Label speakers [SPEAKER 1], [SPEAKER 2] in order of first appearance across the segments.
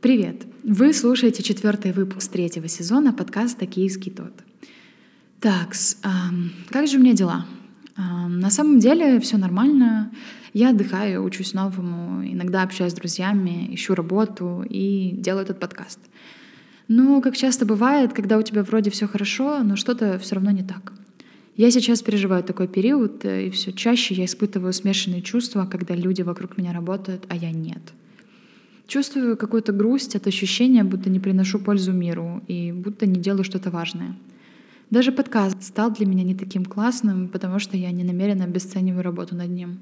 [SPEAKER 1] Привет! Вы слушаете четвертый выпуск третьего сезона подкаста «Киевский тот». Так, как же у меня дела? А, на самом деле все нормально. Я отдыхаю, учусь новому, иногда общаюсь с друзьями, ищу работу и делаю этот подкаст. Но, как часто бывает, когда у тебя вроде все хорошо, но что-то все равно не так. Я сейчас переживаю такой период, э, и все чаще я испытываю смешанные чувства, когда люди вокруг меня работают, а я нет. Чувствую какую-то грусть от ощущения, будто не приношу пользу миру и будто не делаю что-то важное. Даже подкаст стал для меня не таким классным, потому что я не намеренно обесцениваю работу над ним.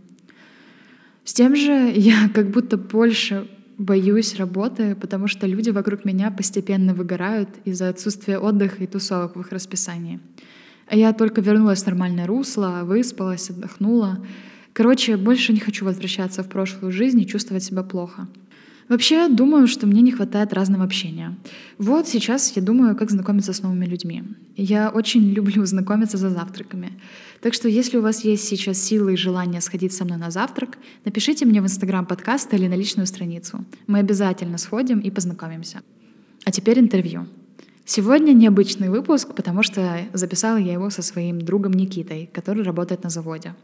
[SPEAKER 1] С тем же я как будто больше боюсь работы, потому что люди вокруг меня постепенно выгорают из-за отсутствия отдыха и тусовок в их расписании. А я только вернулась в нормальное русло, выспалась, отдохнула. Короче, больше не хочу возвращаться в прошлую жизнь и чувствовать себя плохо. Вообще, думаю, что мне не хватает разного общения. Вот сейчас я думаю, как знакомиться с новыми людьми. Я очень люблю знакомиться за завтраками. Так что, если у вас есть сейчас силы и желание сходить со мной на завтрак, напишите мне в инстаграм подкаста или на личную страницу. Мы обязательно сходим и познакомимся. А теперь интервью. Сегодня необычный выпуск, потому что записала я его со своим другом Никитой, который работает на заводе.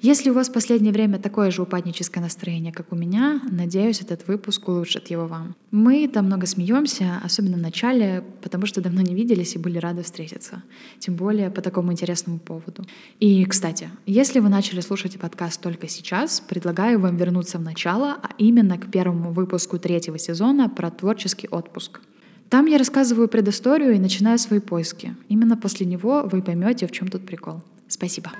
[SPEAKER 1] Если у вас в последнее время такое же упадническое настроение, как у меня, надеюсь, этот выпуск улучшит его вам. Мы там много смеемся, особенно в начале, потому что давно не виделись и были рады встретиться. Тем более по такому интересному поводу. И, кстати, если вы начали слушать подкаст только сейчас, предлагаю вам вернуться в начало, а именно к первому выпуску третьего сезона про творческий отпуск. Там я рассказываю предысторию и начинаю свои поиски. Именно после него вы поймете, в чем тут прикол. Спасибо.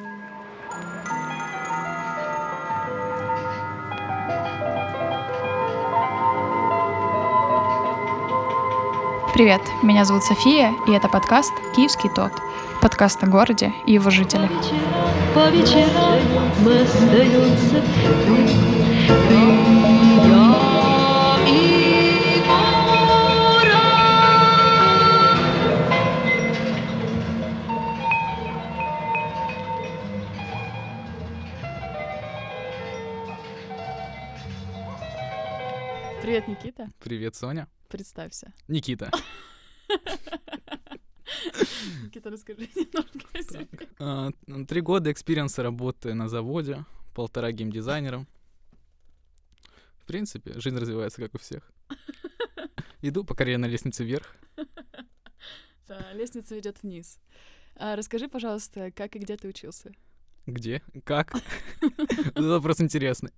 [SPEAKER 1] Привет, меня зовут София, и это подкаст «Киевский тот». Подкаст о городе и его жителях.
[SPEAKER 2] По вечерам мы остаемся ты, ты, я и
[SPEAKER 3] Привет, Никита.
[SPEAKER 4] Привет, Соня.
[SPEAKER 3] Представься.
[SPEAKER 4] Никита.
[SPEAKER 3] Никита, расскажи немножко о себе.
[SPEAKER 4] А, Три года экспириенса работы на заводе, полтора геймдизайнером. В принципе, жизнь развивается, как у всех. Иду по карьерной лестнице вверх.
[SPEAKER 3] Да, э, лестница ведет вниз. А, Расскажи, пожалуйста, как и где ты учился?
[SPEAKER 4] Где? Как? Вот Это вопрос интересный.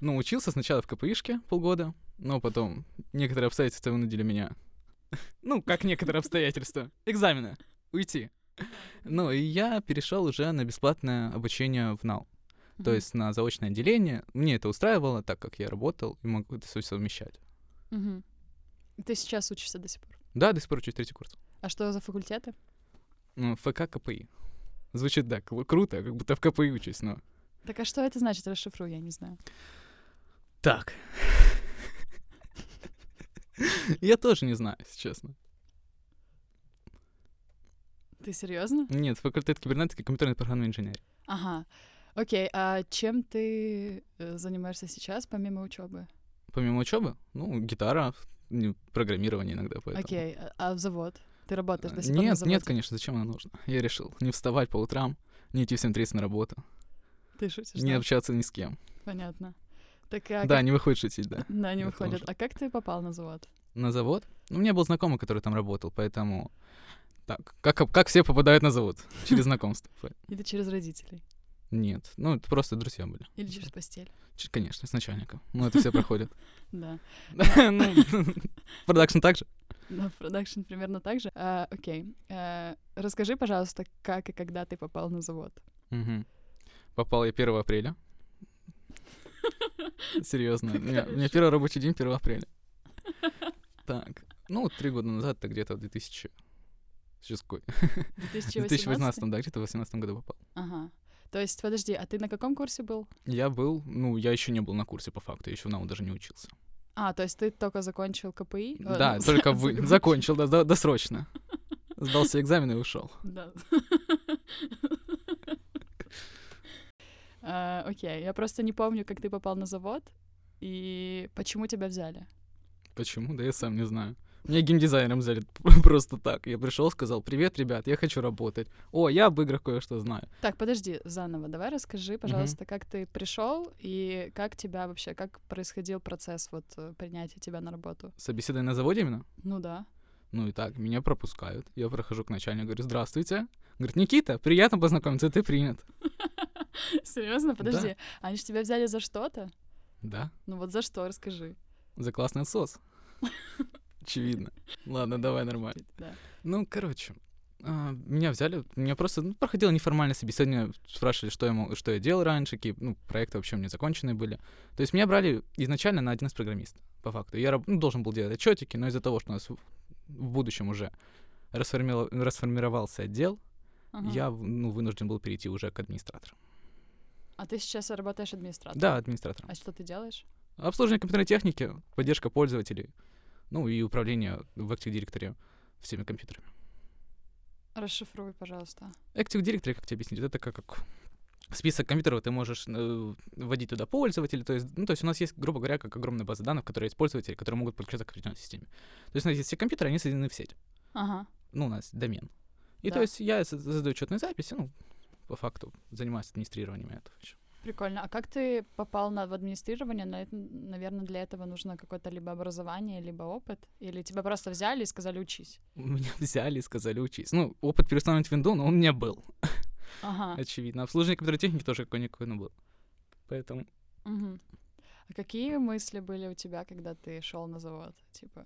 [SPEAKER 4] Ну, учился сначала в КПИшке полгода, но потом некоторые обстоятельства вынудили меня. Ну, как некоторые обстоятельства. Экзамены. Уйти. Ну, и я перешел уже на бесплатное обучение в НАУ. То
[SPEAKER 3] Мгм.
[SPEAKER 4] есть на заочное отделение. Мне это устраивало, так как я работал и могу это все совмещать.
[SPEAKER 3] Мгм. Ты сейчас учишься до сих пор.
[SPEAKER 4] Да, до сих пор учусь третий курс.
[SPEAKER 3] А что за факультеты?
[SPEAKER 4] Ну, ФК КПИ. Звучит, да, кру- круто, как будто в КПИ учусь, но...
[SPEAKER 3] Так а что это значит? Расшифрую, я не знаю.
[SPEAKER 4] Так. Я тоже не знаю, если честно.
[SPEAKER 3] Ты серьезно?
[SPEAKER 4] Нет, факультет кибернетики и компьютерной программной инженерии.
[SPEAKER 3] Ага. Окей, а чем ты э, занимаешься сейчас, помимо учебы?
[SPEAKER 4] Помимо учебы, ну, гитара, м, программирование иногда. Поэтому.
[SPEAKER 3] Окей, а, а в завод? Ты работаешь до сих пор на
[SPEAKER 4] Нет,
[SPEAKER 3] заводе?
[SPEAKER 4] нет, конечно, зачем она нужна? Я решил не вставать по утрам, не идти в 7.30 на работу,
[SPEAKER 3] Ты шутишь?
[SPEAKER 4] не
[SPEAKER 3] да?
[SPEAKER 4] общаться ни с кем.
[SPEAKER 3] Понятно. Так а
[SPEAKER 4] да,
[SPEAKER 3] как-
[SPEAKER 4] не выходит шутить, да.
[SPEAKER 3] Да, не
[SPEAKER 4] я тоже.
[SPEAKER 3] выходит. А как ты попал на завод?
[SPEAKER 4] На завод? Ну, у меня был знакомый, который там работал, поэтому... Так, как, как все попадают на завод? Через знакомство.
[SPEAKER 3] Или через родителей?
[SPEAKER 4] Нет, ну, это просто друзья были.
[SPEAKER 3] Или через постель?
[SPEAKER 4] Ч- Конечно, с начальником. Ну, это все проходит.
[SPEAKER 3] Да.
[SPEAKER 4] Ну, Продакшн также.
[SPEAKER 3] Да, продакшн примерно так же. А, окей. Э, расскажи, пожалуйста, как и когда ты попал на завод.
[SPEAKER 4] Мгм. Попал я 1 апреля. Серьезно. У меня- у меня первый рабочий день 1 апреля. Так. Ну, три года назад, так где-то в 2000... Сейчас какой? В 2018, да, где-то в 2018 году попал.
[SPEAKER 3] Ага. То есть, подожди, а ты на каком курсе был?
[SPEAKER 4] Я был, ну, я еще не был на курсе по факту, я еще в НАУ даже не учился.
[SPEAKER 3] А, то есть ты только закончил КПИ? Э,
[SPEAKER 4] Да,
[SPEAKER 3] ну,
[SPEAKER 4] только вы...
[SPEAKER 3] закончил.
[SPEAKER 4] закончил, да, да, досрочно. Сдался экзамен и ушел.
[SPEAKER 3] Да. А, Окей, я просто не помню, как ты попал на завод и почему тебя взяли.
[SPEAKER 4] Почему? Да я сам не знаю. Меня геймдизайнером взяли просто так. Я пришел, сказал, привет, ребят, я хочу работать. О, я об играх кое-что знаю.
[SPEAKER 3] Так, подожди, заново. Давай расскажи, пожалуйста, как ты пришел и как тебя вообще, как происходил процесс вот э, принятия тебя на работу?
[SPEAKER 4] Собеседование на заводе именно?
[SPEAKER 3] Ну да.
[SPEAKER 4] Ну и так, меня пропускают. Я прохожу к начальнику, говорю, здравствуйте. Говорит, Никита, приятно познакомиться, ты принят.
[SPEAKER 3] Серьезно, подожди. Они же тебя взяли за что-то?
[SPEAKER 4] Да,
[SPEAKER 3] Ну вот за что, расскажи.
[SPEAKER 4] за классный отсос. Очевидно. Ладно, давай нормально.
[SPEAKER 3] Да.
[SPEAKER 4] Ну, короче, а, меня взяли, меня просто ну, проходило неформальное собеседование, спрашивали, что я, мог- что я делал раньше, какие ну, проекты вообще у меня законченные были. То есть меня брали изначально на один из программистов, по факту. Я раб- ну, должен был делать отчетики, но из-за того, что у нас в, в будущем уже расформила- расформировался отдел,
[SPEAKER 3] Ага.
[SPEAKER 4] я в- ну, вынужден был перейти уже к администратору.
[SPEAKER 3] А ты сейчас работаешь администратором?
[SPEAKER 4] Да, администратором.
[SPEAKER 3] А что ты делаешь?
[SPEAKER 4] Обслуживание компьютерной техники, поддержка пользователей, ну и управление в Active Directory всеми компьютерами.
[SPEAKER 3] Расшифруй, пожалуйста.
[SPEAKER 4] Active Directory, как тебе объяснить, это как, как список компьютеров, ты можешь э, вводить туда пользователей, то есть, ну, то есть у нас есть, грубо говоря, как огромная база данных, в которой есть пользователи, которые могут подключаться к определенной системе. То есть у нас есть все компьютеры, они соединены в сеть,
[SPEAKER 3] Ага.
[SPEAKER 4] ну, у нас домен. И
[SPEAKER 3] Да.
[SPEAKER 4] то есть я за- задаю учетные записи, ну, по факту занимаюсь администрированием этого еще.
[SPEAKER 3] Прикольно. А как ты попал на, в администрирование? На это, наверное, для этого нужно какое-то либо образование, либо опыт. Или тебя просто взяли и сказали учись.
[SPEAKER 4] Меня взяли и сказали учись. Ну, опыт переустановить винду, но он у меня был,
[SPEAKER 3] Ага.
[SPEAKER 4] очевидно. Обслуживание компьютерной техники тоже какой-никакой, но был. Поэтому
[SPEAKER 3] Мгм. А какие мысли были у тебя, когда ты шел на завод? Типа,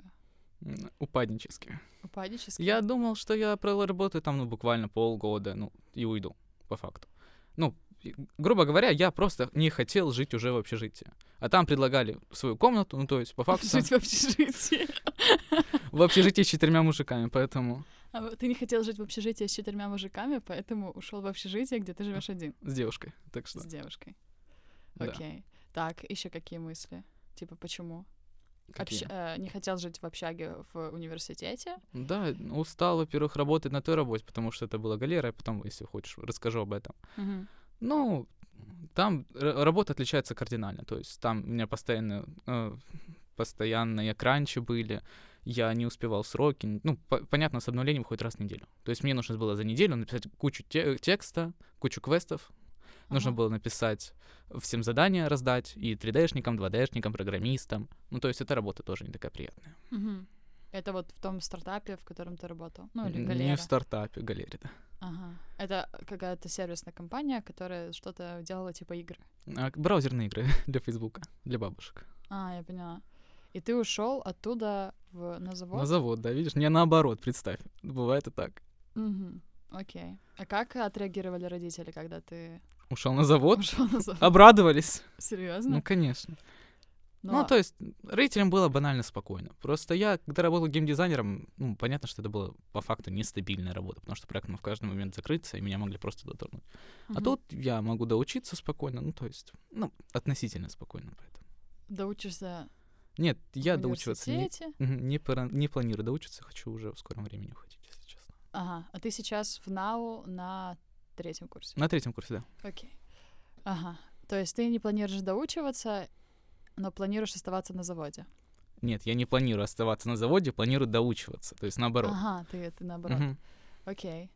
[SPEAKER 4] м, упаднически.
[SPEAKER 3] упаднические?
[SPEAKER 4] Я думал, что я проработаю там, ну, буквально полгода, ну, и уйду, по факту. Ну, и, грубо говоря, я просто не хотел жить уже в общежитии. А там предлагали свою комнату, ну, то есть, по факту,
[SPEAKER 3] Жить в общежитии.
[SPEAKER 4] в общежитии с четырьмя мужиками, поэтому
[SPEAKER 3] А вот ты не хотел жить в общежитии с четырьмя мужиками, поэтому ушел в общежитие, где ты живешь один
[SPEAKER 4] с девушкой, так что,
[SPEAKER 3] с девушкой.
[SPEAKER 4] да.
[SPEAKER 3] Окей. Так, еще какие мысли? Типа, почему?
[SPEAKER 4] Какие?
[SPEAKER 3] Общ- э, не хотел жить в общаге в университете.
[SPEAKER 4] Да, устал, во-первых, работать на той работе, потому что это была галера, я потом, если хочешь, расскажу об этом. Ну, там р- работа отличается кардинально. То есть там у меня постоянно, э, постоянные кранчи были, я не успевал сроки. н- Ну, по- понятно, с обновлением хоть раз в неделю. То есть мне нужно было за неделю написать кучу те- текста, кучу квестов. Нужно
[SPEAKER 3] Ага.
[SPEAKER 4] было написать всем задания раздать и 3D-шникам, 2D-шникам, программистам. Ну, то есть эта работа тоже не такая приятная.
[SPEAKER 3] Мгм. Это вот в том стартапе, в котором ты работал. Ну, или
[SPEAKER 4] Н-
[SPEAKER 3] галера.
[SPEAKER 4] Не в стартапе, галере, да.
[SPEAKER 3] Ага. Это э, какая-то сервисная компания, которая что-то делала типа игры.
[SPEAKER 4] А, браузерные игры для Фейсбука, для бабушек.
[SPEAKER 3] А, я поняла. И ты ушел оттуда в, на завод?
[SPEAKER 4] На завод, да, видишь? Не наоборот, представь. Бывает и так.
[SPEAKER 3] Мгм. Окей. А как отреагировали родители, когда ты
[SPEAKER 4] Ушел на завод.
[SPEAKER 3] ушел на завод?
[SPEAKER 4] Обрадовались.
[SPEAKER 3] Серьезно?
[SPEAKER 4] Ну, конечно.
[SPEAKER 3] Ну,
[SPEAKER 4] Ну,
[SPEAKER 3] а-
[SPEAKER 4] то есть, родителям было банально спокойно. Просто я, когда работал геймдизайнером, ну, понятно, что это была по факту нестабильная работа, потому что проект мог в каждый момент закрыться, и меня могли просто дотронуть. А
[SPEAKER 3] Мгм.
[SPEAKER 4] тут я могу доучиться спокойно, ну, то есть, ну, относительно спокойно поэтому.
[SPEAKER 3] доучишься
[SPEAKER 4] Нет, я
[SPEAKER 3] в
[SPEAKER 4] доучиваться не,
[SPEAKER 3] университете.
[SPEAKER 4] мгм, не, пора- не планирую доучиться, хочу уже в скором времени уходить, если честно.
[SPEAKER 3] Ага. А ты сейчас в НАУ на третьем курсе.
[SPEAKER 4] На третьем курсе, да.
[SPEAKER 3] Окей. Ага. То есть ты не планируешь доучиваться, но планируешь оставаться на заводе.
[SPEAKER 4] Нет, я не планирую оставаться на заводе, планирую доучиваться, то есть наоборот.
[SPEAKER 3] Ага, ты, ты А, наоборот.
[SPEAKER 4] Мгм.
[SPEAKER 3] Окей.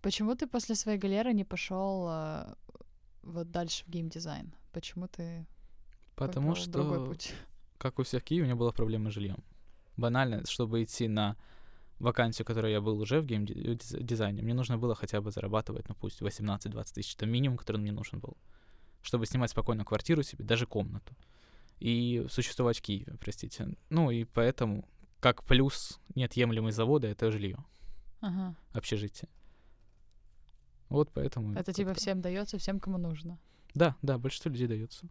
[SPEAKER 3] Почему ты после своей галеры не пошел э, вот дальше в геймдизайн? Почему ты
[SPEAKER 4] Потому
[SPEAKER 3] выбрал другой
[SPEAKER 4] что
[SPEAKER 3] путь?
[SPEAKER 4] как у всех в Киеве, у меня была проблема с жильем. Банально, чтобы идти на вакансию, которой я был уже в геймдизайне, мне нужно было хотя бы зарабатывать, ну пусть 18-20 тысяч, это минимум, который мне нужен был, чтобы снимать спокойно квартиру себе, даже комнату, и существовать в Киеве, простите. Ну и поэтому, как плюс неотъемлемый завода, это жилье,
[SPEAKER 3] Ага.
[SPEAKER 4] общежитие. Вот поэтому...
[SPEAKER 3] Это типа
[SPEAKER 4] как-то.
[SPEAKER 3] всем дается, всем, кому нужно.
[SPEAKER 4] Да, да, большинство людей дается.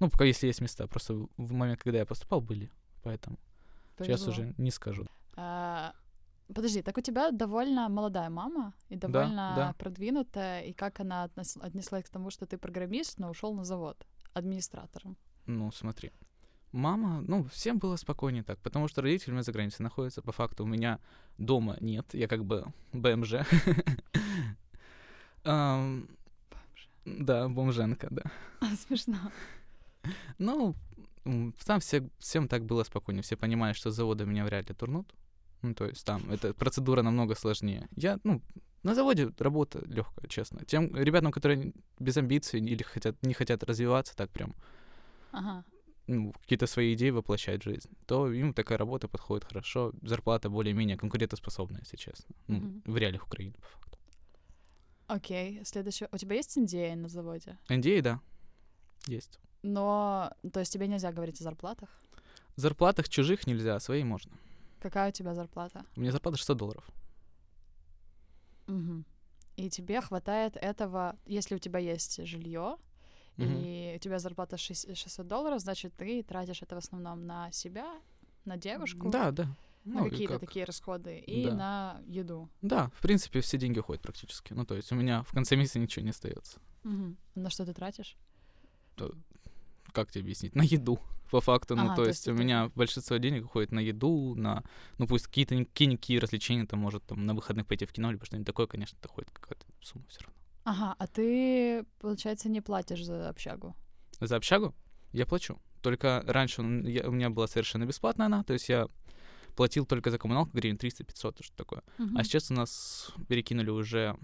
[SPEAKER 4] Ну, пока если есть места, просто в- в момент, когда я поступал, были, поэтому... Сейчас
[SPEAKER 3] Повезло.
[SPEAKER 4] уже не скажу.
[SPEAKER 3] А, Подожди, так у тебя довольно молодая мама и довольно
[SPEAKER 4] да.
[SPEAKER 3] продвинутая, и как она отнес- отнеслась к тому, что ты программист, но ушел на завод администратором?
[SPEAKER 4] Ну, смотри. Мама, ну, всем было спокойнее так, потому что родители у меня за границей находятся. По факту у меня дома нет, я как бы БМЖ. Ам, Да, бомженка, да.
[SPEAKER 3] Смешно.
[SPEAKER 4] Ну, м, Там все, всем так было спокойнее. Все понимали, что с завода меня вряд ли турнут. Ну, то есть там эта процедура намного сложнее. Я, ну, на заводе работа легкая, честно. Тем ребятам, которые н- без амбиций или хотят, не хотят развиваться так прям,
[SPEAKER 3] Ага.
[SPEAKER 4] ну, какие-то свои идеи воплощать в жизнь, то им такая работа подходит хорошо. Зарплата более-менее конкурентоспособная, если честно. Ну,
[SPEAKER 3] Мгм.
[SPEAKER 4] в реалиях Украины, по факту.
[SPEAKER 3] Окей, следующее. У тебя есть индея на заводе?
[SPEAKER 4] NDA, да, есть.
[SPEAKER 3] Но, то есть тебе нельзя говорить о зарплатах?
[SPEAKER 4] Зарплатах чужих нельзя, а своей можно.
[SPEAKER 3] Какая у тебя зарплата?
[SPEAKER 4] У меня зарплата 600 долларов.
[SPEAKER 3] Мгм. И тебе хватает этого, если у тебя есть жилье,
[SPEAKER 4] Мгм.
[SPEAKER 3] и у тебя зарплата шесть- 600 долларов, значит, ты тратишь это в основном на себя, на девушку,
[SPEAKER 4] Да, да.
[SPEAKER 3] на
[SPEAKER 4] Ну, и
[SPEAKER 3] какие-то
[SPEAKER 4] как-
[SPEAKER 3] такие расходы и
[SPEAKER 4] Да.
[SPEAKER 3] на еду.
[SPEAKER 4] Да, в принципе, все деньги уходят практически. Ну, то есть у меня в конце месяца ничего не остается.
[SPEAKER 3] Мгм. На что ты тратишь?
[SPEAKER 4] Как тебе объяснить? На еду, по факту. Ну,
[SPEAKER 3] Ага,
[SPEAKER 4] то,
[SPEAKER 3] то
[SPEAKER 4] есть
[SPEAKER 3] есть
[SPEAKER 4] у
[SPEAKER 3] это-
[SPEAKER 4] меня большинство денег уходит на еду, на, ну, пусть какие-то ни- какие-никакие развлечения, там, может, там, на выходных пойти в кино, либо что-нибудь такое, конечно, доходит какая-то сумма все равно.
[SPEAKER 3] Ага, а ты, получается, не платишь за общагу.
[SPEAKER 4] За общагу я плачу. Только раньше он- я- у меня была совершенно бесплатная она, то есть я платил только за коммуналку гривен 300-500, что такое. А
[SPEAKER 3] Мгм.
[SPEAKER 4] сейчас у нас перекинули уже,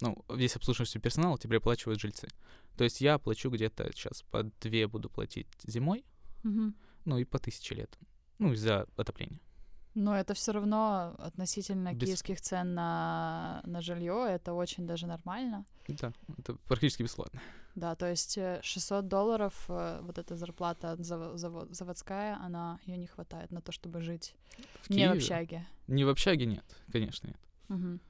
[SPEAKER 4] ну, весь обслуживающий персонал теперь оплачивают жильцы. То есть я плачу где-то сейчас по две буду платить зимой,
[SPEAKER 3] Мгм.
[SPEAKER 4] ну и по тысяче лет. Ну, и за отопление.
[SPEAKER 3] Но это все равно относительно
[SPEAKER 4] Без-
[SPEAKER 3] киевских цен на, на жилье, это очень даже нормально.
[SPEAKER 4] Да, это практически бесплатно.
[SPEAKER 3] Да, то есть э, 600 долларов, э, вот эта зарплата заво- заво- заводская, она ее не хватает на то, чтобы жить
[SPEAKER 4] В
[SPEAKER 3] не в
[SPEAKER 4] Киеве-
[SPEAKER 3] общаге.
[SPEAKER 4] Не в общаге нет, конечно, нет.
[SPEAKER 3] Мгм.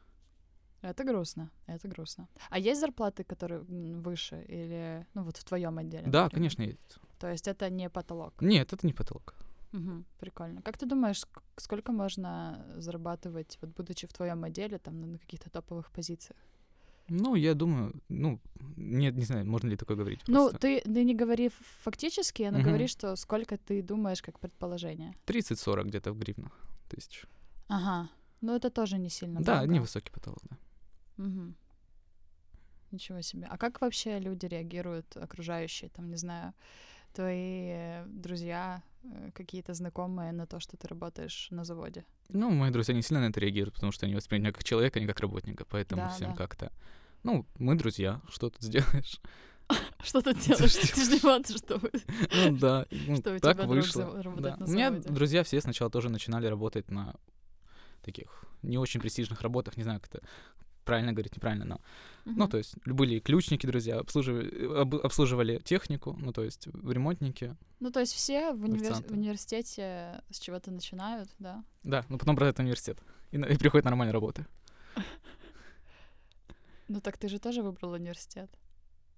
[SPEAKER 3] Это грустно, это грустно. А есть зарплаты, которые м, выше или, ну вот в твоем отделе?
[SPEAKER 4] Да,
[SPEAKER 3] например?
[SPEAKER 4] конечно, есть.
[SPEAKER 3] То есть это не потолок.
[SPEAKER 4] Нет, это не потолок.
[SPEAKER 3] Мгм, прикольно. Как ты думаешь, ск- сколько можно зарабатывать, вот будучи в твоем отделе, там на- на каких-то топовых позициях?
[SPEAKER 4] Ну, я думаю, ну, нет, не знаю, можно ли такое говорить.
[SPEAKER 3] Ну,
[SPEAKER 4] просто.
[SPEAKER 3] ты, ты не говори ф- фактически, но
[SPEAKER 4] Мгм.
[SPEAKER 3] говори, что сколько ты думаешь как предположение.
[SPEAKER 4] 30-40 где-то в гривнах тысяч.
[SPEAKER 3] Ага. Ну, это тоже не сильно
[SPEAKER 4] да,
[SPEAKER 3] много.
[SPEAKER 4] невысокий потолок, да.
[SPEAKER 3] Мгм. Ничего себе. А как вообще люди реагируют, окружающие, там, не знаю, твои э, друзья, э, какие-то знакомые на то, что ты работаешь на заводе?
[SPEAKER 4] Ну, мои друзья не сильно на это реагируют, потому что они воспринимают меня как человека, а не как работника, поэтому
[SPEAKER 3] Да,
[SPEAKER 4] всем
[SPEAKER 3] да.
[SPEAKER 4] как-то... Ну, мы друзья, что тут сделаешь?
[SPEAKER 3] Что ты
[SPEAKER 4] делаешь?
[SPEAKER 3] делаешь?
[SPEAKER 4] Ты ж
[SPEAKER 3] Ты же не что
[SPEAKER 4] Ну да, ну,
[SPEAKER 3] Что у
[SPEAKER 4] так
[SPEAKER 3] тебя друг
[SPEAKER 4] вышло.
[SPEAKER 3] зав- работает
[SPEAKER 4] Да.
[SPEAKER 3] на
[SPEAKER 4] У меня
[SPEAKER 3] заводе.
[SPEAKER 4] друзья все сначала тоже начинали работать на таких не очень престижных работах, не знаю, как это правильно говорить, неправильно, но... Ну, то есть были и ключники, друзья, обслуживали, э, обслуживали технику, ну, то есть ремонтники,
[SPEAKER 3] Ну, то есть все в, универ-
[SPEAKER 4] Официанты.
[SPEAKER 3] в университете с чего-то начинают, да?
[SPEAKER 4] да, ну, потом бросают университет, и, на- и приходят нормальные работы.
[SPEAKER 3] Ну, так ты же тоже выбрал университет.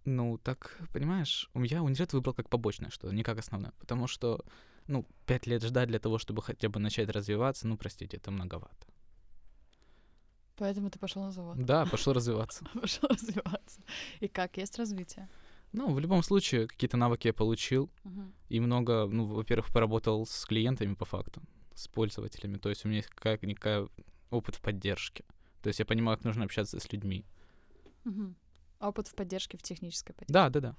[SPEAKER 4] Ну, так, понимаешь, у меня университет выбрал как побочное что-то, не как основное, потому что, ну, пять лет ждать для того, чтобы хотя бы начать развиваться, ну, простите, это многовато.
[SPEAKER 3] Поэтому ты пошел на завод,
[SPEAKER 4] Да, пошел развиваться.
[SPEAKER 3] пошел развиваться. И как есть развитие?
[SPEAKER 4] Ну, в любом случае, какие-то навыки я получил,
[SPEAKER 3] Мгм.
[SPEAKER 4] и много, ну, во-первых, поработал с клиентами по факту, с пользователями, то есть у меня есть какая-никакая опыт в поддержке. То есть я понимаю, как нужно общаться с людьми.
[SPEAKER 3] Мгм. Опыт в поддержке, в технической поддержке.
[SPEAKER 4] Да, да, да.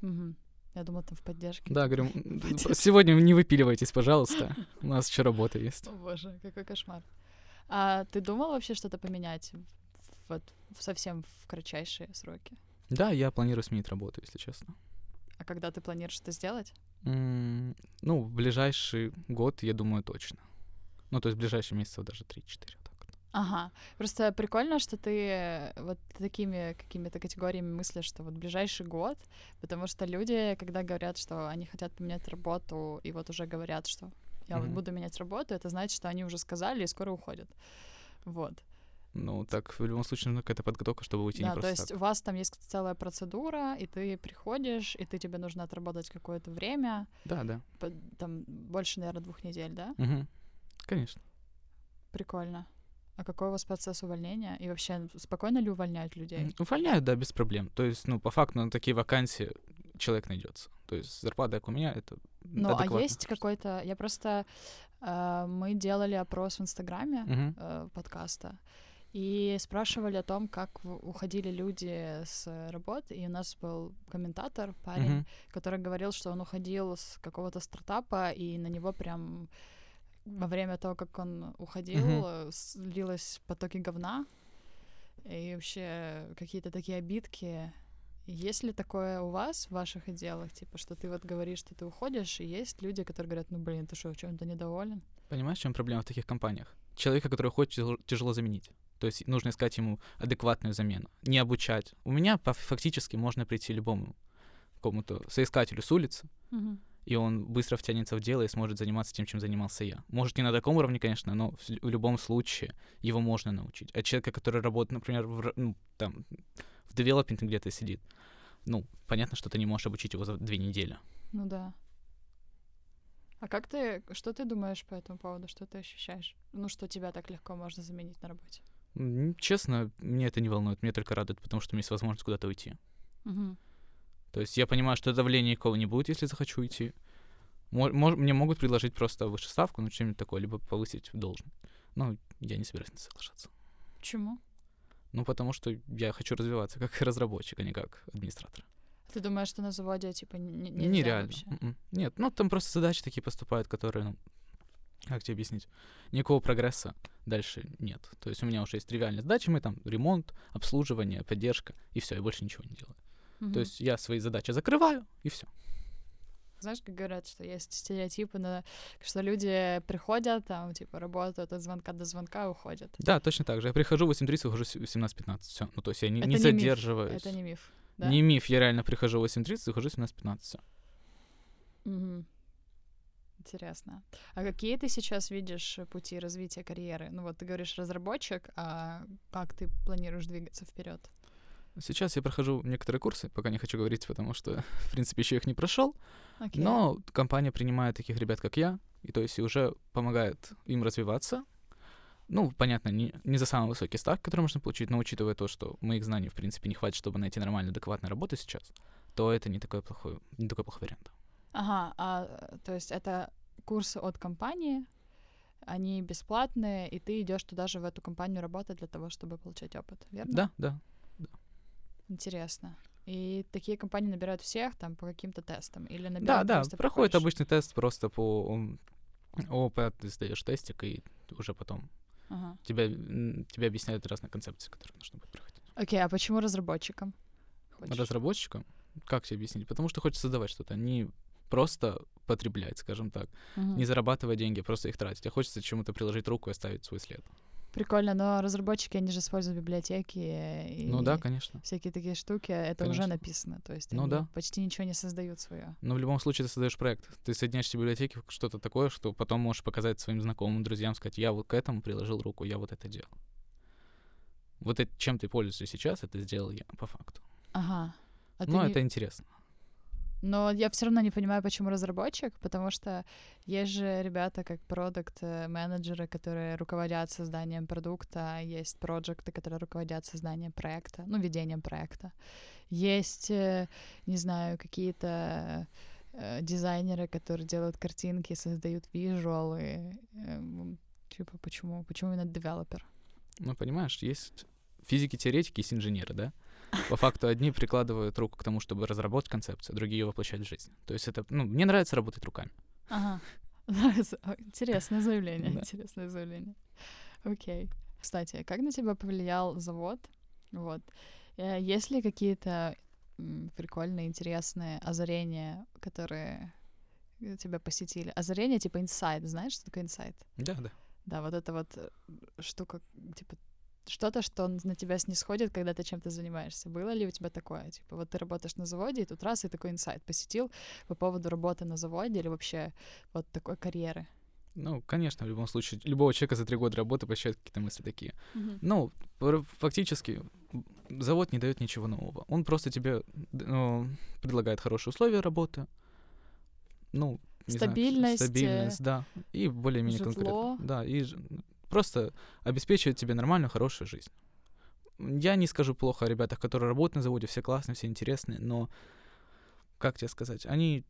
[SPEAKER 3] Мгм. Я думала, там в поддержке.
[SPEAKER 4] Да, говорю, м, сегодня не выпиливайтесь, пожалуйста. У нас еще работа есть.
[SPEAKER 3] О боже, какой кошмар. А ты думал вообще что-то поменять в- вот в- совсем в кратчайшие сроки?
[SPEAKER 4] Да, я планирую сменить работу, если честно.
[SPEAKER 3] А когда ты планируешь это сделать?
[SPEAKER 4] М, Ну, в ближайший год, я думаю, точно. Ну, то есть в ближайшие месяцы даже 3-4. вот так вот.
[SPEAKER 3] Ага. Просто прикольно, что ты э, вот такими какими-то категориями мыслишь, что вот ближайший год, потому что люди, когда говорят, что они хотят поменять работу, и вот уже говорят, что я вот
[SPEAKER 4] Мгм.
[SPEAKER 3] буду менять работу, это значит, что они уже сказали и скоро уходят. Вот.
[SPEAKER 4] Ну, так, в любом случае, нужна какая-то подготовка, чтобы уйти не
[SPEAKER 3] Да, то
[SPEAKER 4] просто
[SPEAKER 3] есть
[SPEAKER 4] так.
[SPEAKER 3] у вас там есть целая процедура, и ты приходишь, и ты тебе нужно отработать какое-то время,
[SPEAKER 4] Да, да.
[SPEAKER 3] по- там больше, наверное, двух недель, да?
[SPEAKER 4] Мгм. Конечно.
[SPEAKER 3] Прикольно. А какой у вас процесс увольнения? И вообще, н- спокойно ли увольняют людей?
[SPEAKER 4] М, Увольняют, да, без проблем. То есть, ну, по факту, на такие вакансии человек найдется. То есть зарплата, как у меня, это
[SPEAKER 3] Ну,
[SPEAKER 4] адекватно.
[SPEAKER 3] а есть какой-то... Я просто... э, мы делали опрос в Инстаграме
[SPEAKER 4] Мгм.
[SPEAKER 3] э, подкаста, И спрашивали о том, как в- уходили люди с работ. И у нас был комментатор, парень,
[SPEAKER 4] Мгм.
[SPEAKER 3] который говорил, что он уходил с какого-то стартапа, и на него прям во время того, как он уходил,
[SPEAKER 4] Мгм.
[SPEAKER 3] э, слилось потоки говна и вообще какие-то такие обидки. Есть ли такое у вас в ваших отделах, типа, что ты вот говоришь, что ты уходишь, и есть люди, которые говорят, ну блин, ты что, чем-то недоволен?
[SPEAKER 4] Понимаешь, в чем проблема в таких компаниях? Человека, который хочет, тяжело- тяжело заменить. То есть нужно искать ему адекватную замену, не обучать. У меня по- фактически можно прийти любому какому-то соискателю с улицы, и он быстро втянется в дело и сможет заниматься тем, чем занимался я. Может, не на таком уровне, конечно, но в, лю- в любом случае его можно научить. А человека, который работает, например, в, р- ну, там, в девелопменте где-то сидит, ну, понятно, что ты не можешь обучить его за две недели.
[SPEAKER 3] Ну да. А как ты, что ты думаешь по этому поводу, что ты ощущаешь? Ну, что тебя так легко можно заменить на работе?
[SPEAKER 4] М, Честно, меня это не волнует, меня только радует, потому что у меня есть возможность куда-то уйти. То есть я понимаю, что давления никакого не будет, если захочу уйти. Мо- мож- мне могут предложить просто выше ставку, ну, чем-нибудь такое, либо повысить должность. Ну, я не собираюсь на это соглашаться.
[SPEAKER 3] Почему?
[SPEAKER 4] Ну, потому что я хочу развиваться как разработчик, а не как администратор.
[SPEAKER 3] Ты думаешь, что на заводе, типа, н- н- нельзя
[SPEAKER 4] Нереально.
[SPEAKER 3] вообще?
[SPEAKER 4] Мгм. Нет, ну, там просто задачи такие поступают, которые, ну, как тебе объяснить? Никакого прогресса дальше нет. То есть у меня уже есть тривиальные задачи, мы там ремонт, обслуживание, поддержка, и все, я больше ничего не делаю.
[SPEAKER 3] Мгм.
[SPEAKER 4] То есть я свои задачи закрываю, и все.
[SPEAKER 3] Знаешь, как говорят, что есть стереотипы, на... что люди приходят, там, типа, работают от звонка до звонка и уходят.
[SPEAKER 4] Да, точно так же. Я прихожу в 8.30, ухожу в се- в 17.15. Все. Ну, то есть я не,
[SPEAKER 3] Это
[SPEAKER 4] не
[SPEAKER 3] не миф,
[SPEAKER 4] задерживаюсь.
[SPEAKER 3] Это не миф. да.
[SPEAKER 4] Не миф, я реально прихожу в 8.30, ухожу в 17.15. Все.
[SPEAKER 3] Мгм. Интересно. А какие ты сейчас видишь э, пути развития карьеры? Ну вот ты говоришь разработчик, а как ты планируешь двигаться вперед?
[SPEAKER 4] Сейчас я прохожу некоторые курсы, пока не хочу говорить, потому что, в принципе, еще их не прошел. Но компания принимает таких ребят, как я, и то есть и уже помогает им развиваться. Ну, понятно, не, не за самый высокий стак, который можно получить, но учитывая то, что моих знаний, в принципе, не хватит, чтобы найти нормальную, адекватную работу сейчас, то это не такой плохой, не такой плохой вариант.
[SPEAKER 3] Ага, а э, то есть это курсы от компании, они бесплатные, и ты идешь туда же в эту компанию работать для того, чтобы получать опыт, верно?
[SPEAKER 4] Да, да.
[SPEAKER 3] Интересно. И такие компании набирают всех там по каким-то тестам или набирают
[SPEAKER 4] Да, да,
[SPEAKER 3] просто
[SPEAKER 4] проходит
[SPEAKER 3] приходишь?
[SPEAKER 4] обычный тест просто по м, ООП, ты сдаешь тестик, и уже потом
[SPEAKER 3] Ага.
[SPEAKER 4] тебя, м, тебе объясняют разные концепции, которые нужно будет проходить.
[SPEAKER 3] Окей, а почему разработчикам? Хочешь?
[SPEAKER 4] Разработчикам, как тебе объяснить? Потому что хочется создавать что-то, а не просто потреблять, скажем так,
[SPEAKER 3] Мгм.
[SPEAKER 4] не зарабатывая деньги, а просто их тратить, а хочется чему-то приложить руку и оставить свой след.
[SPEAKER 3] Прикольно, но разработчики, они же используют библиотеки э, и
[SPEAKER 4] Ну да, конечно.
[SPEAKER 3] всякие такие штуки, а это уже
[SPEAKER 4] Конечно.
[SPEAKER 3] написано, то есть
[SPEAKER 4] Ну
[SPEAKER 3] они
[SPEAKER 4] да.
[SPEAKER 3] почти ничего не создают свое.
[SPEAKER 4] Но в любом случае ты создаешь проект, ты соединяешь все библиотеки в что-то такое, что потом можешь показать своим знакомым, друзьям, сказать, я вот к этому приложил руку, я вот это делал. Вот это, чем ты пользуешься сейчас, это сделал я по факту.
[SPEAKER 3] Ага. А ты
[SPEAKER 4] Но
[SPEAKER 3] не-
[SPEAKER 4] Ну, это интересно.
[SPEAKER 3] Но я все равно не понимаю, почему разработчик, потому что есть же ребята, как продукт э, менеджеры которые руководят созданием продукта, есть проекты, которые руководят созданием проекта, ну, ведением проекта. Есть, э, не знаю, какие-то э, дизайнеры, которые делают картинки, создают визуалы. эм, Типа, почему? Почему именно девелопер?
[SPEAKER 4] Ну, понимаешь, есть физики-теоретики, есть инженеры, да? По факту одни прикладывают руку к тому, чтобы разработать концепцию, а другие ее воплощать в жизнь. То есть это, ну, мне нравится работать руками.
[SPEAKER 3] Ага. Нравится. О, Интересное заявление.
[SPEAKER 4] Да.
[SPEAKER 3] Интересное заявление. Окей. Кстати, как на тебя повлиял завод? Вот. Э, Есть ли какие-то м, прикольные, интересные озарения, которые э, тебя посетили? Озарения типа инсайт, знаешь, что такое инсайт?
[SPEAKER 4] Да, да.
[SPEAKER 3] Да, вот это вот э, штука, типа, что-то, что на тебя снисходит, когда ты чем-то занимаешься. Было ли у тебя такое? Типа, вот ты работаешь на заводе, и тут раз, и такой инсайт посетил по поводу работы на заводе или вообще вот такой карьеры.
[SPEAKER 4] Ну, конечно, в любом случае, любого человека за три года работы посещают какие-то мысли такие. Ну, пр- фактически, м, завод не дает ничего нового. Он просто тебе д- ну, предлагает хорошие условия работы. Ну, не знаю,
[SPEAKER 3] Стабильность, э,
[SPEAKER 4] стабильность, да. И более-менее
[SPEAKER 3] житло.
[SPEAKER 4] конкретно. Да, и ж- просто обеспечивает тебе нормальную, хорошую жизнь. М, Я не скажу плохо о ребятах, которые работают на заводе, все классные, все интересные, но, как тебе сказать, они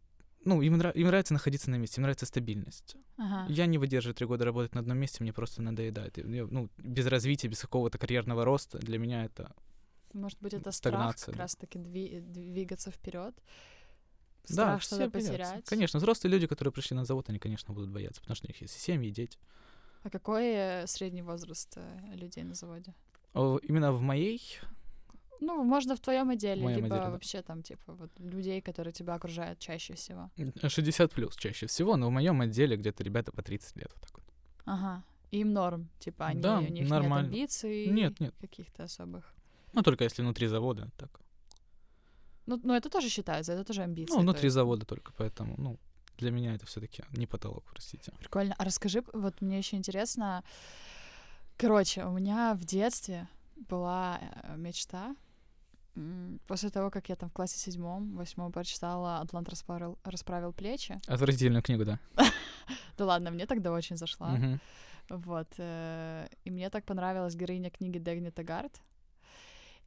[SPEAKER 4] ну, им, нра- им нравится находиться на месте, им нравится стабильность.
[SPEAKER 3] Ага.
[SPEAKER 4] Я не выдерживаю три года работать на одном месте, мне просто надоедает. И мне, ну, без развития, без какого-то карьерного роста для меня это...
[SPEAKER 3] Может быть, это страх
[SPEAKER 4] Стагнация,
[SPEAKER 3] как
[SPEAKER 4] да.
[SPEAKER 3] раз-таки дви- э, двигаться вперед.
[SPEAKER 4] да,
[SPEAKER 3] Страх что-то
[SPEAKER 4] все боятся.
[SPEAKER 3] потерять.
[SPEAKER 4] Конечно, взрослые люди, которые пришли на завод, они, конечно, будут бояться, потому что у них есть и семьи, и дети.
[SPEAKER 3] А какой э, средний возраст э, людей на заводе?
[SPEAKER 4] О, именно А в моей...
[SPEAKER 3] Ну, можно в твоем отделе,
[SPEAKER 4] В моем
[SPEAKER 3] либо
[SPEAKER 4] отделе, да.
[SPEAKER 3] вообще там, типа, вот людей, которые тебя окружают чаще всего.
[SPEAKER 4] м, 60 плюс чаще всего, но в моем отделе где-то ребята по 30 лет. Вот так вот.
[SPEAKER 3] Ага. Им норм, типа, они,
[SPEAKER 4] Да,
[SPEAKER 3] у них
[SPEAKER 4] нормально.
[SPEAKER 3] нет амбиций
[SPEAKER 4] Нет, нет.
[SPEAKER 3] каких-то особых.
[SPEAKER 4] Ну, только если внутри завода, так.
[SPEAKER 3] Ну, ну, это тоже считается, это тоже амбиции.
[SPEAKER 4] Ну,
[SPEAKER 3] то
[SPEAKER 4] внутри
[SPEAKER 3] есть.
[SPEAKER 4] завода только, поэтому, ну, для меня это все-таки не потолок, простите.
[SPEAKER 3] Прикольно. А расскажи, вот мне еще интересно. Короче, у меня в детстве была э, мечта. М, После того, как я там в классе седьмом, восьмом прочитала «Атлант расправил, расправил плечи».
[SPEAKER 4] Отвратительную книгу, да.
[SPEAKER 3] Да ладно, мне тогда очень зашла.
[SPEAKER 4] Мгм.
[SPEAKER 3] Вот. э, И мне так понравилась героиня книги Дэгни Тагард,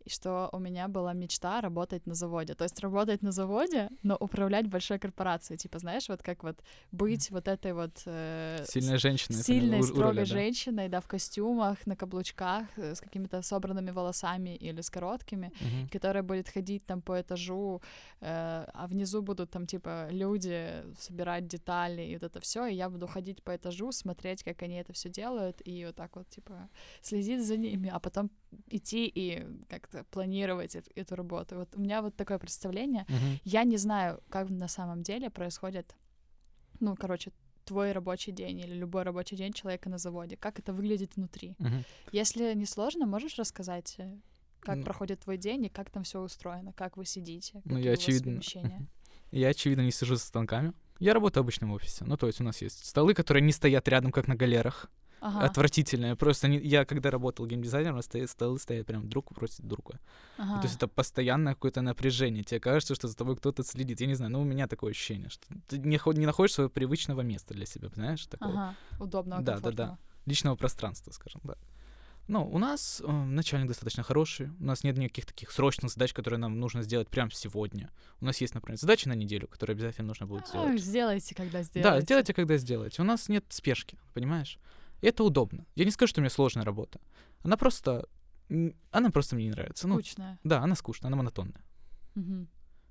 [SPEAKER 3] и что у меня была мечта работать на заводе. То есть работать на заводе, но управлять большой корпорацией. Типа, знаешь, вот как вот быть вот этой вот... э,
[SPEAKER 4] Сильная женщина. я понял,
[SPEAKER 3] сильной,
[SPEAKER 4] у- у
[SPEAKER 3] строгой
[SPEAKER 4] роли, да.
[SPEAKER 3] женщиной, да, в костюмах, на каблучках, э, с какими-то собранными волосами или с короткими,
[SPEAKER 4] Мгм.
[SPEAKER 3] которая будет ходить там по этажу, э, а внизу будут там типа люди собирать детали и вот это все, и я буду ходить по этажу, смотреть, как они это все делают, и вот так вот типа следить за ними, а потом идти и как-то планировать эт- эту работу. Вот у меня вот такое представление,
[SPEAKER 4] Мгм.
[SPEAKER 3] я не знаю, как на самом деле происходит, ну, короче, твой рабочий день или любой рабочий день человека на заводе. Как это выглядит внутри?
[SPEAKER 4] Мгм.
[SPEAKER 3] Если не сложно, можешь рассказать, э, как
[SPEAKER 4] Ну.
[SPEAKER 3] проходит твой день и как там все устроено, как вы сидите,
[SPEAKER 4] Ну,
[SPEAKER 3] какие
[SPEAKER 4] я,
[SPEAKER 3] у вас
[SPEAKER 4] очевидно,
[SPEAKER 3] перемещения?
[SPEAKER 4] Я, очевидно, не сижу за станками. Я работаю обычно в офисе. Ну, то есть у нас есть столы, которые не стоят рядом, как на галерах.
[SPEAKER 3] Ага,
[SPEAKER 4] Отвратительные. Просто они- я, когда работал геймдизайнером, стоят, столы стоят прям друг против друга. И
[SPEAKER 3] ага.
[SPEAKER 4] То есть это постоянное какое-то напряжение. Тебе кажется, что за тобой кто-то следит. Я не знаю, но у меня такое ощущение, что ты не, хо- не находишь своего привычного места для себя, знаешь, такого.
[SPEAKER 3] Ага, удобного,
[SPEAKER 4] Да, да, да.
[SPEAKER 3] комфортного.
[SPEAKER 4] личного пространства, скажем так. Ну, у нас э, начальник достаточно хороший, у нас нет никаких таких срочных задач, которые нам нужно сделать прямо сегодня. У нас есть, например, задачи на неделю, которые обязательно нужно будет
[SPEAKER 3] Ах,
[SPEAKER 4] сделать.
[SPEAKER 3] сделайте, когда сделаете.
[SPEAKER 4] Да, сделайте, когда сделаете. У нас нет спешки, понимаешь? И это удобно. Я не скажу, что у меня сложная работа. Она просто... м, Она просто мне не нравится. Ну,
[SPEAKER 3] Скучное.
[SPEAKER 4] да, она скучная, она монотонная.
[SPEAKER 3] Мгм.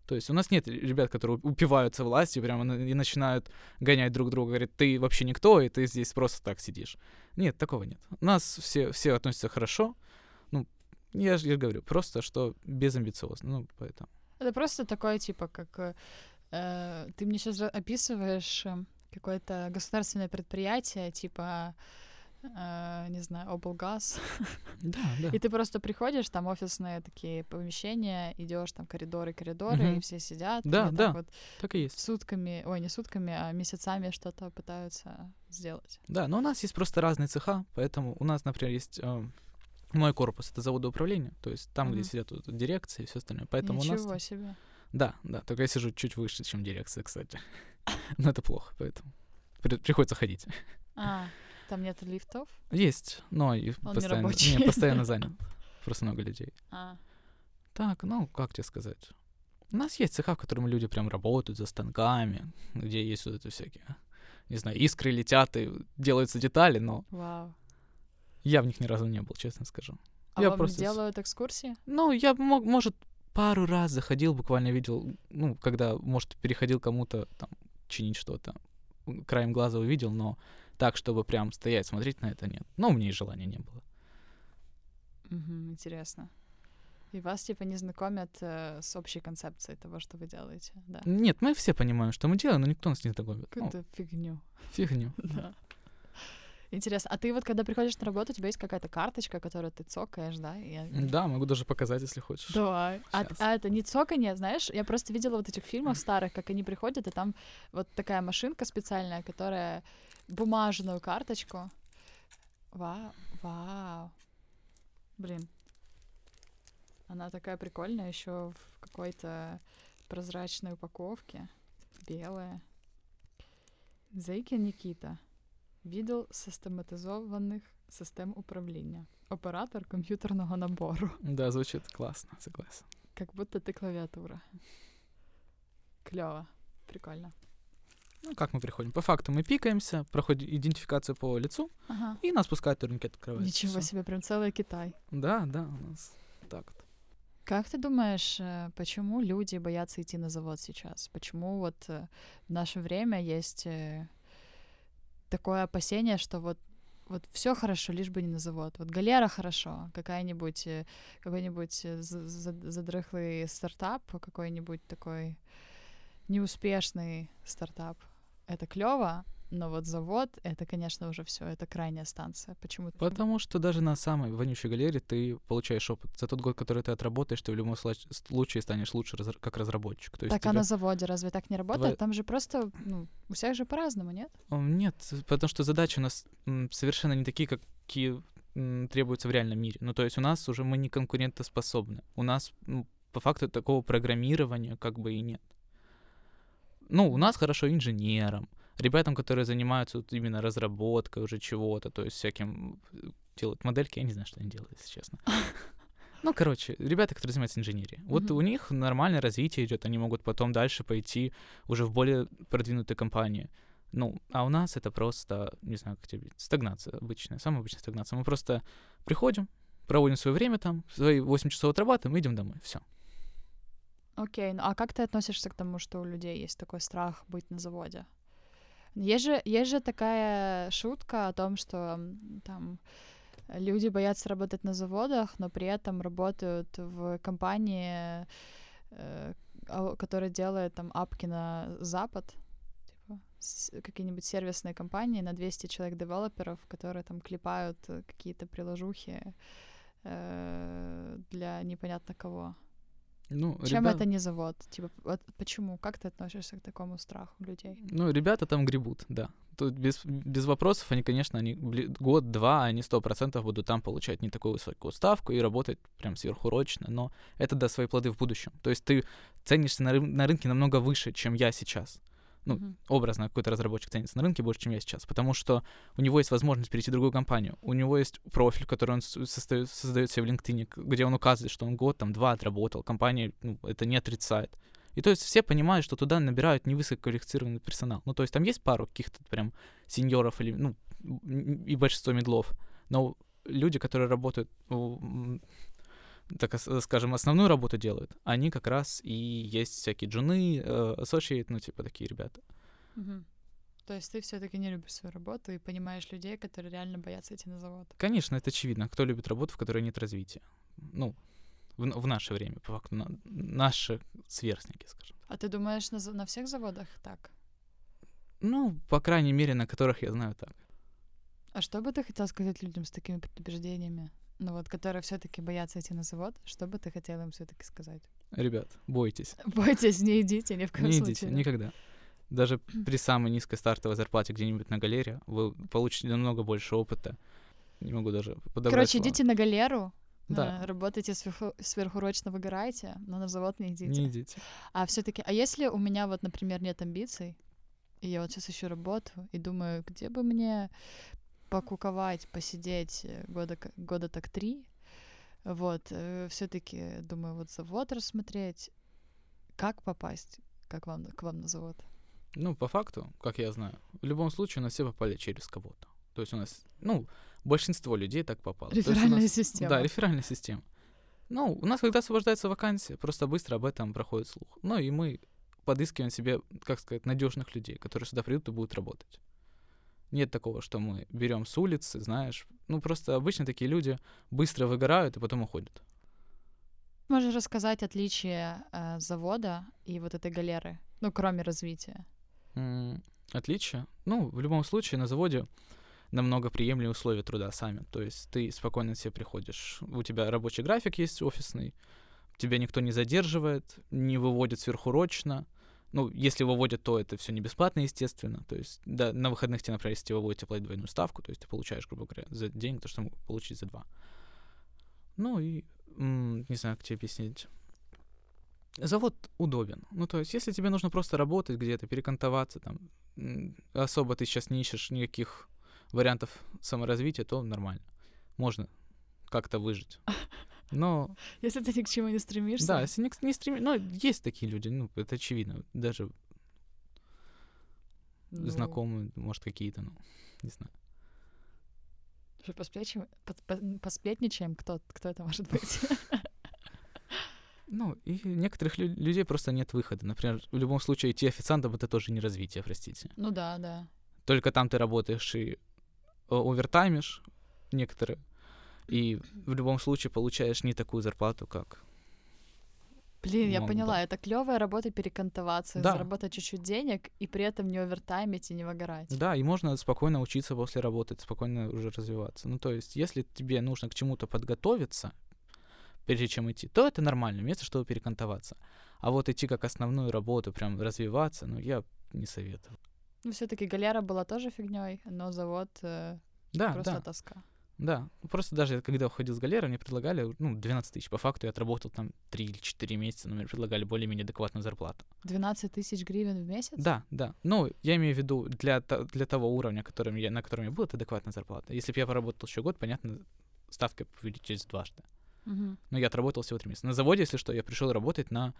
[SPEAKER 4] То есть у нас нет ребят, которые упиваются властью прямо на- и начинают гонять друг друга, говорят, ты вообще никто, и ты здесь просто так сидишь. Нет, такого нет. У нас все, все относятся хорошо. Ну, я же говорю, просто что безамбициозно. Ну, поэтому.
[SPEAKER 3] Это просто такое, типа, как... э, э, ты мне сейчас описываешь э, какое-то государственное предприятие, типа, э, не знаю, облгаз,
[SPEAKER 4] Да, да.
[SPEAKER 3] и ты просто приходишь, там офисные такие помещения, идешь там коридоры, коридоры,
[SPEAKER 4] Мгм.
[SPEAKER 3] и все сидят,
[SPEAKER 4] Да,
[SPEAKER 3] и так
[SPEAKER 4] да.
[SPEAKER 3] вот
[SPEAKER 4] Так и есть.
[SPEAKER 3] сутками, ой, не сутками, а месяцами что-то пытаются сделать.
[SPEAKER 4] Да, но у нас есть просто разные цеха, поэтому у нас, например, есть э, мой корпус, это заводы управления, то есть там, где
[SPEAKER 3] Мгм.
[SPEAKER 4] сидят вот дирекции и все остальное. Поэтому у нас...
[SPEAKER 3] Ничего
[SPEAKER 4] там-
[SPEAKER 3] себе.
[SPEAKER 4] Да, да, только я сижу чуть выше, чем дирекция, кстати. Но это плохо, поэтому при- приходится ходить.
[SPEAKER 3] А, там нет лифтов?
[SPEAKER 4] Есть, но и
[SPEAKER 3] Он
[SPEAKER 4] постоянно,
[SPEAKER 3] нерабочий.
[SPEAKER 4] не, постоянно занят. Просто много людей.
[SPEAKER 3] А,
[SPEAKER 4] Так, ну, как тебе сказать? У нас есть цеха, в котором люди прям работают за станками, где есть вот это всякие, не знаю, искры летят и делаются детали, но
[SPEAKER 3] вау.
[SPEAKER 4] я в них ни разу не был, честно скажу.
[SPEAKER 3] А
[SPEAKER 4] Я
[SPEAKER 3] вам
[SPEAKER 4] просто с-
[SPEAKER 3] делают экскурсии?
[SPEAKER 4] Ну, я, мог, может, пару раз заходил, буквально видел, ну, когда, может, переходил кому-то там чинить что-то, м, краем глаза увидел, но так, чтобы прям стоять, смотреть на это, нет. Ну, у меня и желания не было.
[SPEAKER 3] Мгм, интересно. И вас, типа, не знакомят э, с общей концепцией того, что вы делаете, да?
[SPEAKER 4] Нет, мы все понимаем, что мы делаем, но никто нас не знакомит. Ну,
[SPEAKER 3] Какую-то фигню,
[SPEAKER 4] фигню.
[SPEAKER 3] да. Интересно, а ты вот, когда приходишь на работу, у тебя есть какая-то карточка, которую ты цокаешь, да? Я-
[SPEAKER 4] Да, могу даже показать, если хочешь.
[SPEAKER 3] Давай. А,
[SPEAKER 4] Щас.
[SPEAKER 3] а это не цоканье, знаешь? Я просто видела вот этих фильмах старых, как они приходят, и там вот такая машинка специальная, которая бумажную карточку. Вау, вау. Блин. Она такая прикольная, еще в какой-то прозрачной упаковке. Белая. Зейкин Никита. Видел систематизованных систем управління. Оператор комп'ютерного набору.
[SPEAKER 4] Да, звучит классно, согласен.
[SPEAKER 3] Как будто ты клавиатура. Клево. Прикольно.
[SPEAKER 4] Ну, как мы приходим? По факту мы пикаемся, проходит идентификация по лицу,
[SPEAKER 3] Ага.
[SPEAKER 4] и нас пускают турникет открывается.
[SPEAKER 3] Ничего себе, прям целый Китай.
[SPEAKER 4] Да, да, у нас так вот.
[SPEAKER 3] Как ты думаешь, э, почему люди боятся идти на завод сейчас? Почему вот э, в наше время есть э, такое опасение, что вот вот все хорошо, лишь бы не на завод. Вот галера хорошо, какая-нибудь э, какой-нибудь э, за- за- задрыхлый стартап, какой-нибудь такой неуспешный стартап. Это клево, но вот завод это, конечно, уже все, это крайняя станция. Почему?
[SPEAKER 4] Потому что даже на самой вонючей галерее ты получаешь опыт. За тот год, который ты отработаешь, ты в любом сла- случае станешь лучше разр- как разработчик. То есть
[SPEAKER 3] так а
[SPEAKER 4] тебя-
[SPEAKER 3] на заводе разве так не работает?
[SPEAKER 4] Давай-
[SPEAKER 3] Там же просто, ну, у всех же по-разному, нет?
[SPEAKER 4] М, Нет, потому что задачи у нас м, совершенно не такие, какие м, требуются в реальном мире. Ну, то есть у нас уже мы не конкурентоспособны. У нас м, по факту такого программирования как бы и нет. Ну, у нас хорошо инженерам, ребятам, которые занимаются вот именно разработкой уже чего-то, то есть всяким э, делают модельки, я не знаю, что они делают, если честно. Ну, короче, ребята, которые занимаются инженерией, вот
[SPEAKER 3] Мгм.
[SPEAKER 4] у них нормальное развитие идет, они могут потом дальше пойти уже в более продвинутые компании. Ну, а у нас это просто, не знаю, как тебе, стагнация обычная, самая обычная стагнация. Мы просто приходим, проводим свое время там, свои 8 часов отрабатываем, идем домой, все.
[SPEAKER 3] Окей, ну а как ты относишься к тому, что у людей есть такой страх быть на заводе? Есть же, есть же такая шутка о том, что м, там люди боятся работать на заводах, но при этом работают в компании, э, а- которая делает там апки на запад, типа с- какие-нибудь сервисные компании на 200 человек-девелоперов, которые там клепают э, какие-то приложухи э, для непонятно кого.
[SPEAKER 4] Ну,
[SPEAKER 3] Чем
[SPEAKER 4] ребят-
[SPEAKER 3] это не завод? Типа, вот почему? Как ты относишься к такому страху людей?
[SPEAKER 4] Ну, ребята там гребут, да. Тут без, без вопросов они, конечно, они бли- год-два, они сто процентов будут там получать не такую высокую ставку и работать прям сверхурочно, но это даст свои плоды в будущем. То есть ты ценишься на, рын- на рынке намного выше, чем я сейчас. Ну,
[SPEAKER 3] Мгм.
[SPEAKER 4] образно какой-то разработчик ценится на рынке больше, чем я сейчас, потому что у него есть возможность перейти в другую компанию, у него есть профиль, который он с- состоит- создает себе в LinkedIn, к- где он указывает, что он год, там, два отработал, компания ну, это не отрицает. И то есть все понимают, что туда набирают невысококвалифицированный персонал. Ну, то есть там есть пару каких-то прям сеньоров или, ну, м, и большинство медлов, но люди, которые работают, у, м, так ос- скажем, основную работу делают, они как раз и есть всякие джуны, э, associate, ну, типа такие ребята.
[SPEAKER 3] Мгм. То есть ты все-таки не любишь свою работу и понимаешь людей, которые реально боятся идти на завод.
[SPEAKER 4] Конечно, это очевидно. Кто любит работу, в которой нет развития? Ну, в, н- в наше время, по факту, на- наши сверстники, скажем.
[SPEAKER 3] А ты думаешь, на, за- на всех заводах так?
[SPEAKER 4] Ну, по крайней мере, на которых я знаю так.
[SPEAKER 3] А что бы ты хотел сказать людям с такими предубеждениями? Ну вот, которые все-таки боятся идти на завод, что бы ты хотела им все-таки сказать?
[SPEAKER 4] Ребят, бойтесь.
[SPEAKER 3] Бойтесь, не идите, ни в коем
[SPEAKER 4] Не идите
[SPEAKER 3] случае.
[SPEAKER 4] никогда. Даже при самой низкой стартовой зарплате где-нибудь на галере вы получите намного больше опыта. Не могу даже подобрать
[SPEAKER 3] Короче,
[SPEAKER 4] слова.
[SPEAKER 3] идите на галеру,
[SPEAKER 4] Да.
[SPEAKER 3] э, работайте сверху- сверхурочно, выгорайте, но на завод не идите.
[SPEAKER 4] Не идите.
[SPEAKER 3] А все-таки, а если у меня вот, например, нет амбиций, и я вот сейчас ищу работу и думаю, где бы мне покуковать, посидеть э, года, к- года так три, вот, все-таки думаю, вот завод рассмотреть, как попасть, как вам, к вам на завод.
[SPEAKER 4] Ну, по факту, как я знаю, в любом случае у нас все попали через кого-то. То есть у нас, ну, большинство людей так попало. То есть у нас-
[SPEAKER 3] Реферальная система.
[SPEAKER 4] Да, реферальная система. Ну, у нас когда освобождается вакансия, просто быстро об этом проходит слух. Ну и мы подыскиваем себе, как сказать, надежных людей, которые сюда придут и будут работать. Нет такого, что мы берем с улицы, знаешь. Ну, просто обычно такие люди быстро выгорают и потом уходят.
[SPEAKER 3] Можешь рассказать отличие э, завода и вот этой галеры, ну, кроме развития.
[SPEAKER 4] М, Отличие. Ну, в любом случае, на заводе намного приемлемые условия труда сами. То есть ты спокойно себе приходишь. У тебя рабочий график есть офисный, тебя никто не задерживает, не выводит сверхурочно. Ну, если выводят, то это все не бесплатно, естественно. То есть, да, на выходных тебе, например, если тебя выводят, тебе платят двойную ставку, то есть ты получаешь, грубо говоря, за день то, что мог получить за два. Ну и, м, не знаю, как тебе объяснить. Завод удобен. Ну, то есть, если тебе нужно просто работать где-то, перекантоваться, там, м, особо ты сейчас не ищешь никаких вариантов саморазвития, то нормально. Можно как-то выжить. Но,
[SPEAKER 3] Если ты ни к чему не стремишься.
[SPEAKER 4] да, если не, к- не стремишься... Ну, есть такие люди, ну, это очевидно. Даже
[SPEAKER 3] Ну,
[SPEAKER 4] Знакомые, может, какие-то, ну, не знаю.
[SPEAKER 3] что, посплечим- пос- по- Посплетничаем, кто, кто это может быть.
[SPEAKER 4] Ну, и некоторых лю- людей просто нет выхода. Например, в любом случае идти официантом — это тоже не развитие, простите.
[SPEAKER 3] Ну да, да.
[SPEAKER 4] Только там ты работаешь и э, овертаймишь некоторые, и в любом случае получаешь не такую зарплату, как...
[SPEAKER 3] Блин, я
[SPEAKER 4] Мог бы.
[SPEAKER 3] поняла, это клевая работа перекантоваться,
[SPEAKER 4] Да.
[SPEAKER 3] заработать чуть-чуть денег и при этом не овертаймить и не выгорать.
[SPEAKER 4] Да, и можно спокойно учиться после работы, спокойно уже развиваться. Ну, то есть, если тебе нужно к чему-то подготовиться, прежде чем идти, то это нормальное место, чтобы перекантоваться. А вот идти как основную работу, прям развиваться, ну, я не советую.
[SPEAKER 3] Ну, все-таки галера была тоже фигней, но завод э,
[SPEAKER 4] Да,
[SPEAKER 3] просто
[SPEAKER 4] да.
[SPEAKER 3] тоска.
[SPEAKER 4] Да, ну, просто даже когда уходил с галеры, мне предлагали, ну, 12 тысяч по факту, я отработал там 3 или 4 месяца, но мне предлагали более-менее адекватную зарплату.
[SPEAKER 3] 12 тысяч гривен в месяц?
[SPEAKER 4] Да, да. Ну, я имею в виду для, то- для того уровня, которым я, на котором я был, это адекватная зарплата. Если бы я поработал еще год, понятно, ставка б увеличилась дважды.
[SPEAKER 3] Мгм.
[SPEAKER 4] Но я отработал всего 3 месяца. На заводе, если что, я пришел работать на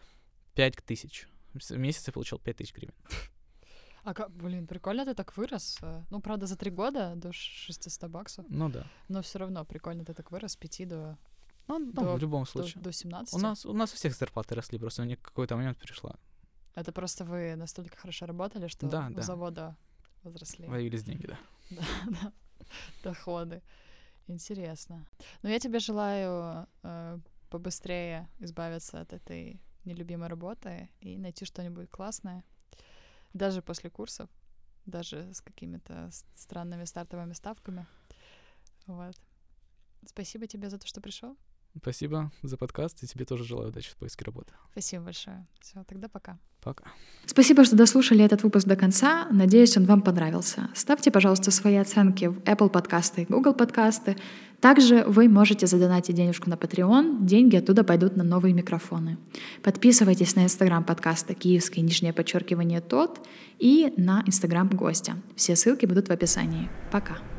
[SPEAKER 4] 5 тысяч. В месяц я получил 5 тысяч гривен.
[SPEAKER 3] А как, блин, прикольно ты так вырос. э. Ну, правда, за три года до ш- 600 баксов,
[SPEAKER 4] Ну да.
[SPEAKER 3] но все равно прикольно ты так вырос с 5 до,
[SPEAKER 4] Ну, ну,
[SPEAKER 3] До-
[SPEAKER 4] в любом
[SPEAKER 3] до,
[SPEAKER 4] случае.
[SPEAKER 3] до 17.
[SPEAKER 4] У нас, у нас у всех зарплаты росли, просто мне какой-то момент пришла.
[SPEAKER 3] Это просто вы настолько хорошо работали, что
[SPEAKER 4] Да,
[SPEAKER 3] у
[SPEAKER 4] да.
[SPEAKER 3] завода возросли
[SPEAKER 4] Появились деньги, да.
[SPEAKER 3] доходы. Интересно. Ну, я тебе желаю э, побыстрее избавиться от этой нелюбимой работы и найти что-нибудь классное. Даже после курсов, даже с какими-то с- странными стартовыми ставками. Вот. Спасибо тебе за то, что пришел.
[SPEAKER 4] Спасибо за подкаст, и тебе тоже желаю удачи в поиске работы.
[SPEAKER 3] Спасибо большое. Все, тогда пока.
[SPEAKER 4] Пока.
[SPEAKER 1] Спасибо, что дослушали этот выпуск до конца. Надеюсь, он вам понравился. Ставьте, пожалуйста, свои оценки в Apple подкасты и Google подкасты. Также вы можете задонатить денежку на Patreon. Деньги оттуда пойдут на новые микрофоны. Подписывайтесь на Instagram подкаста «Киевское нижнее подчеркивание тот» и на Instagram гостя. Все ссылки будут в описании. Пока.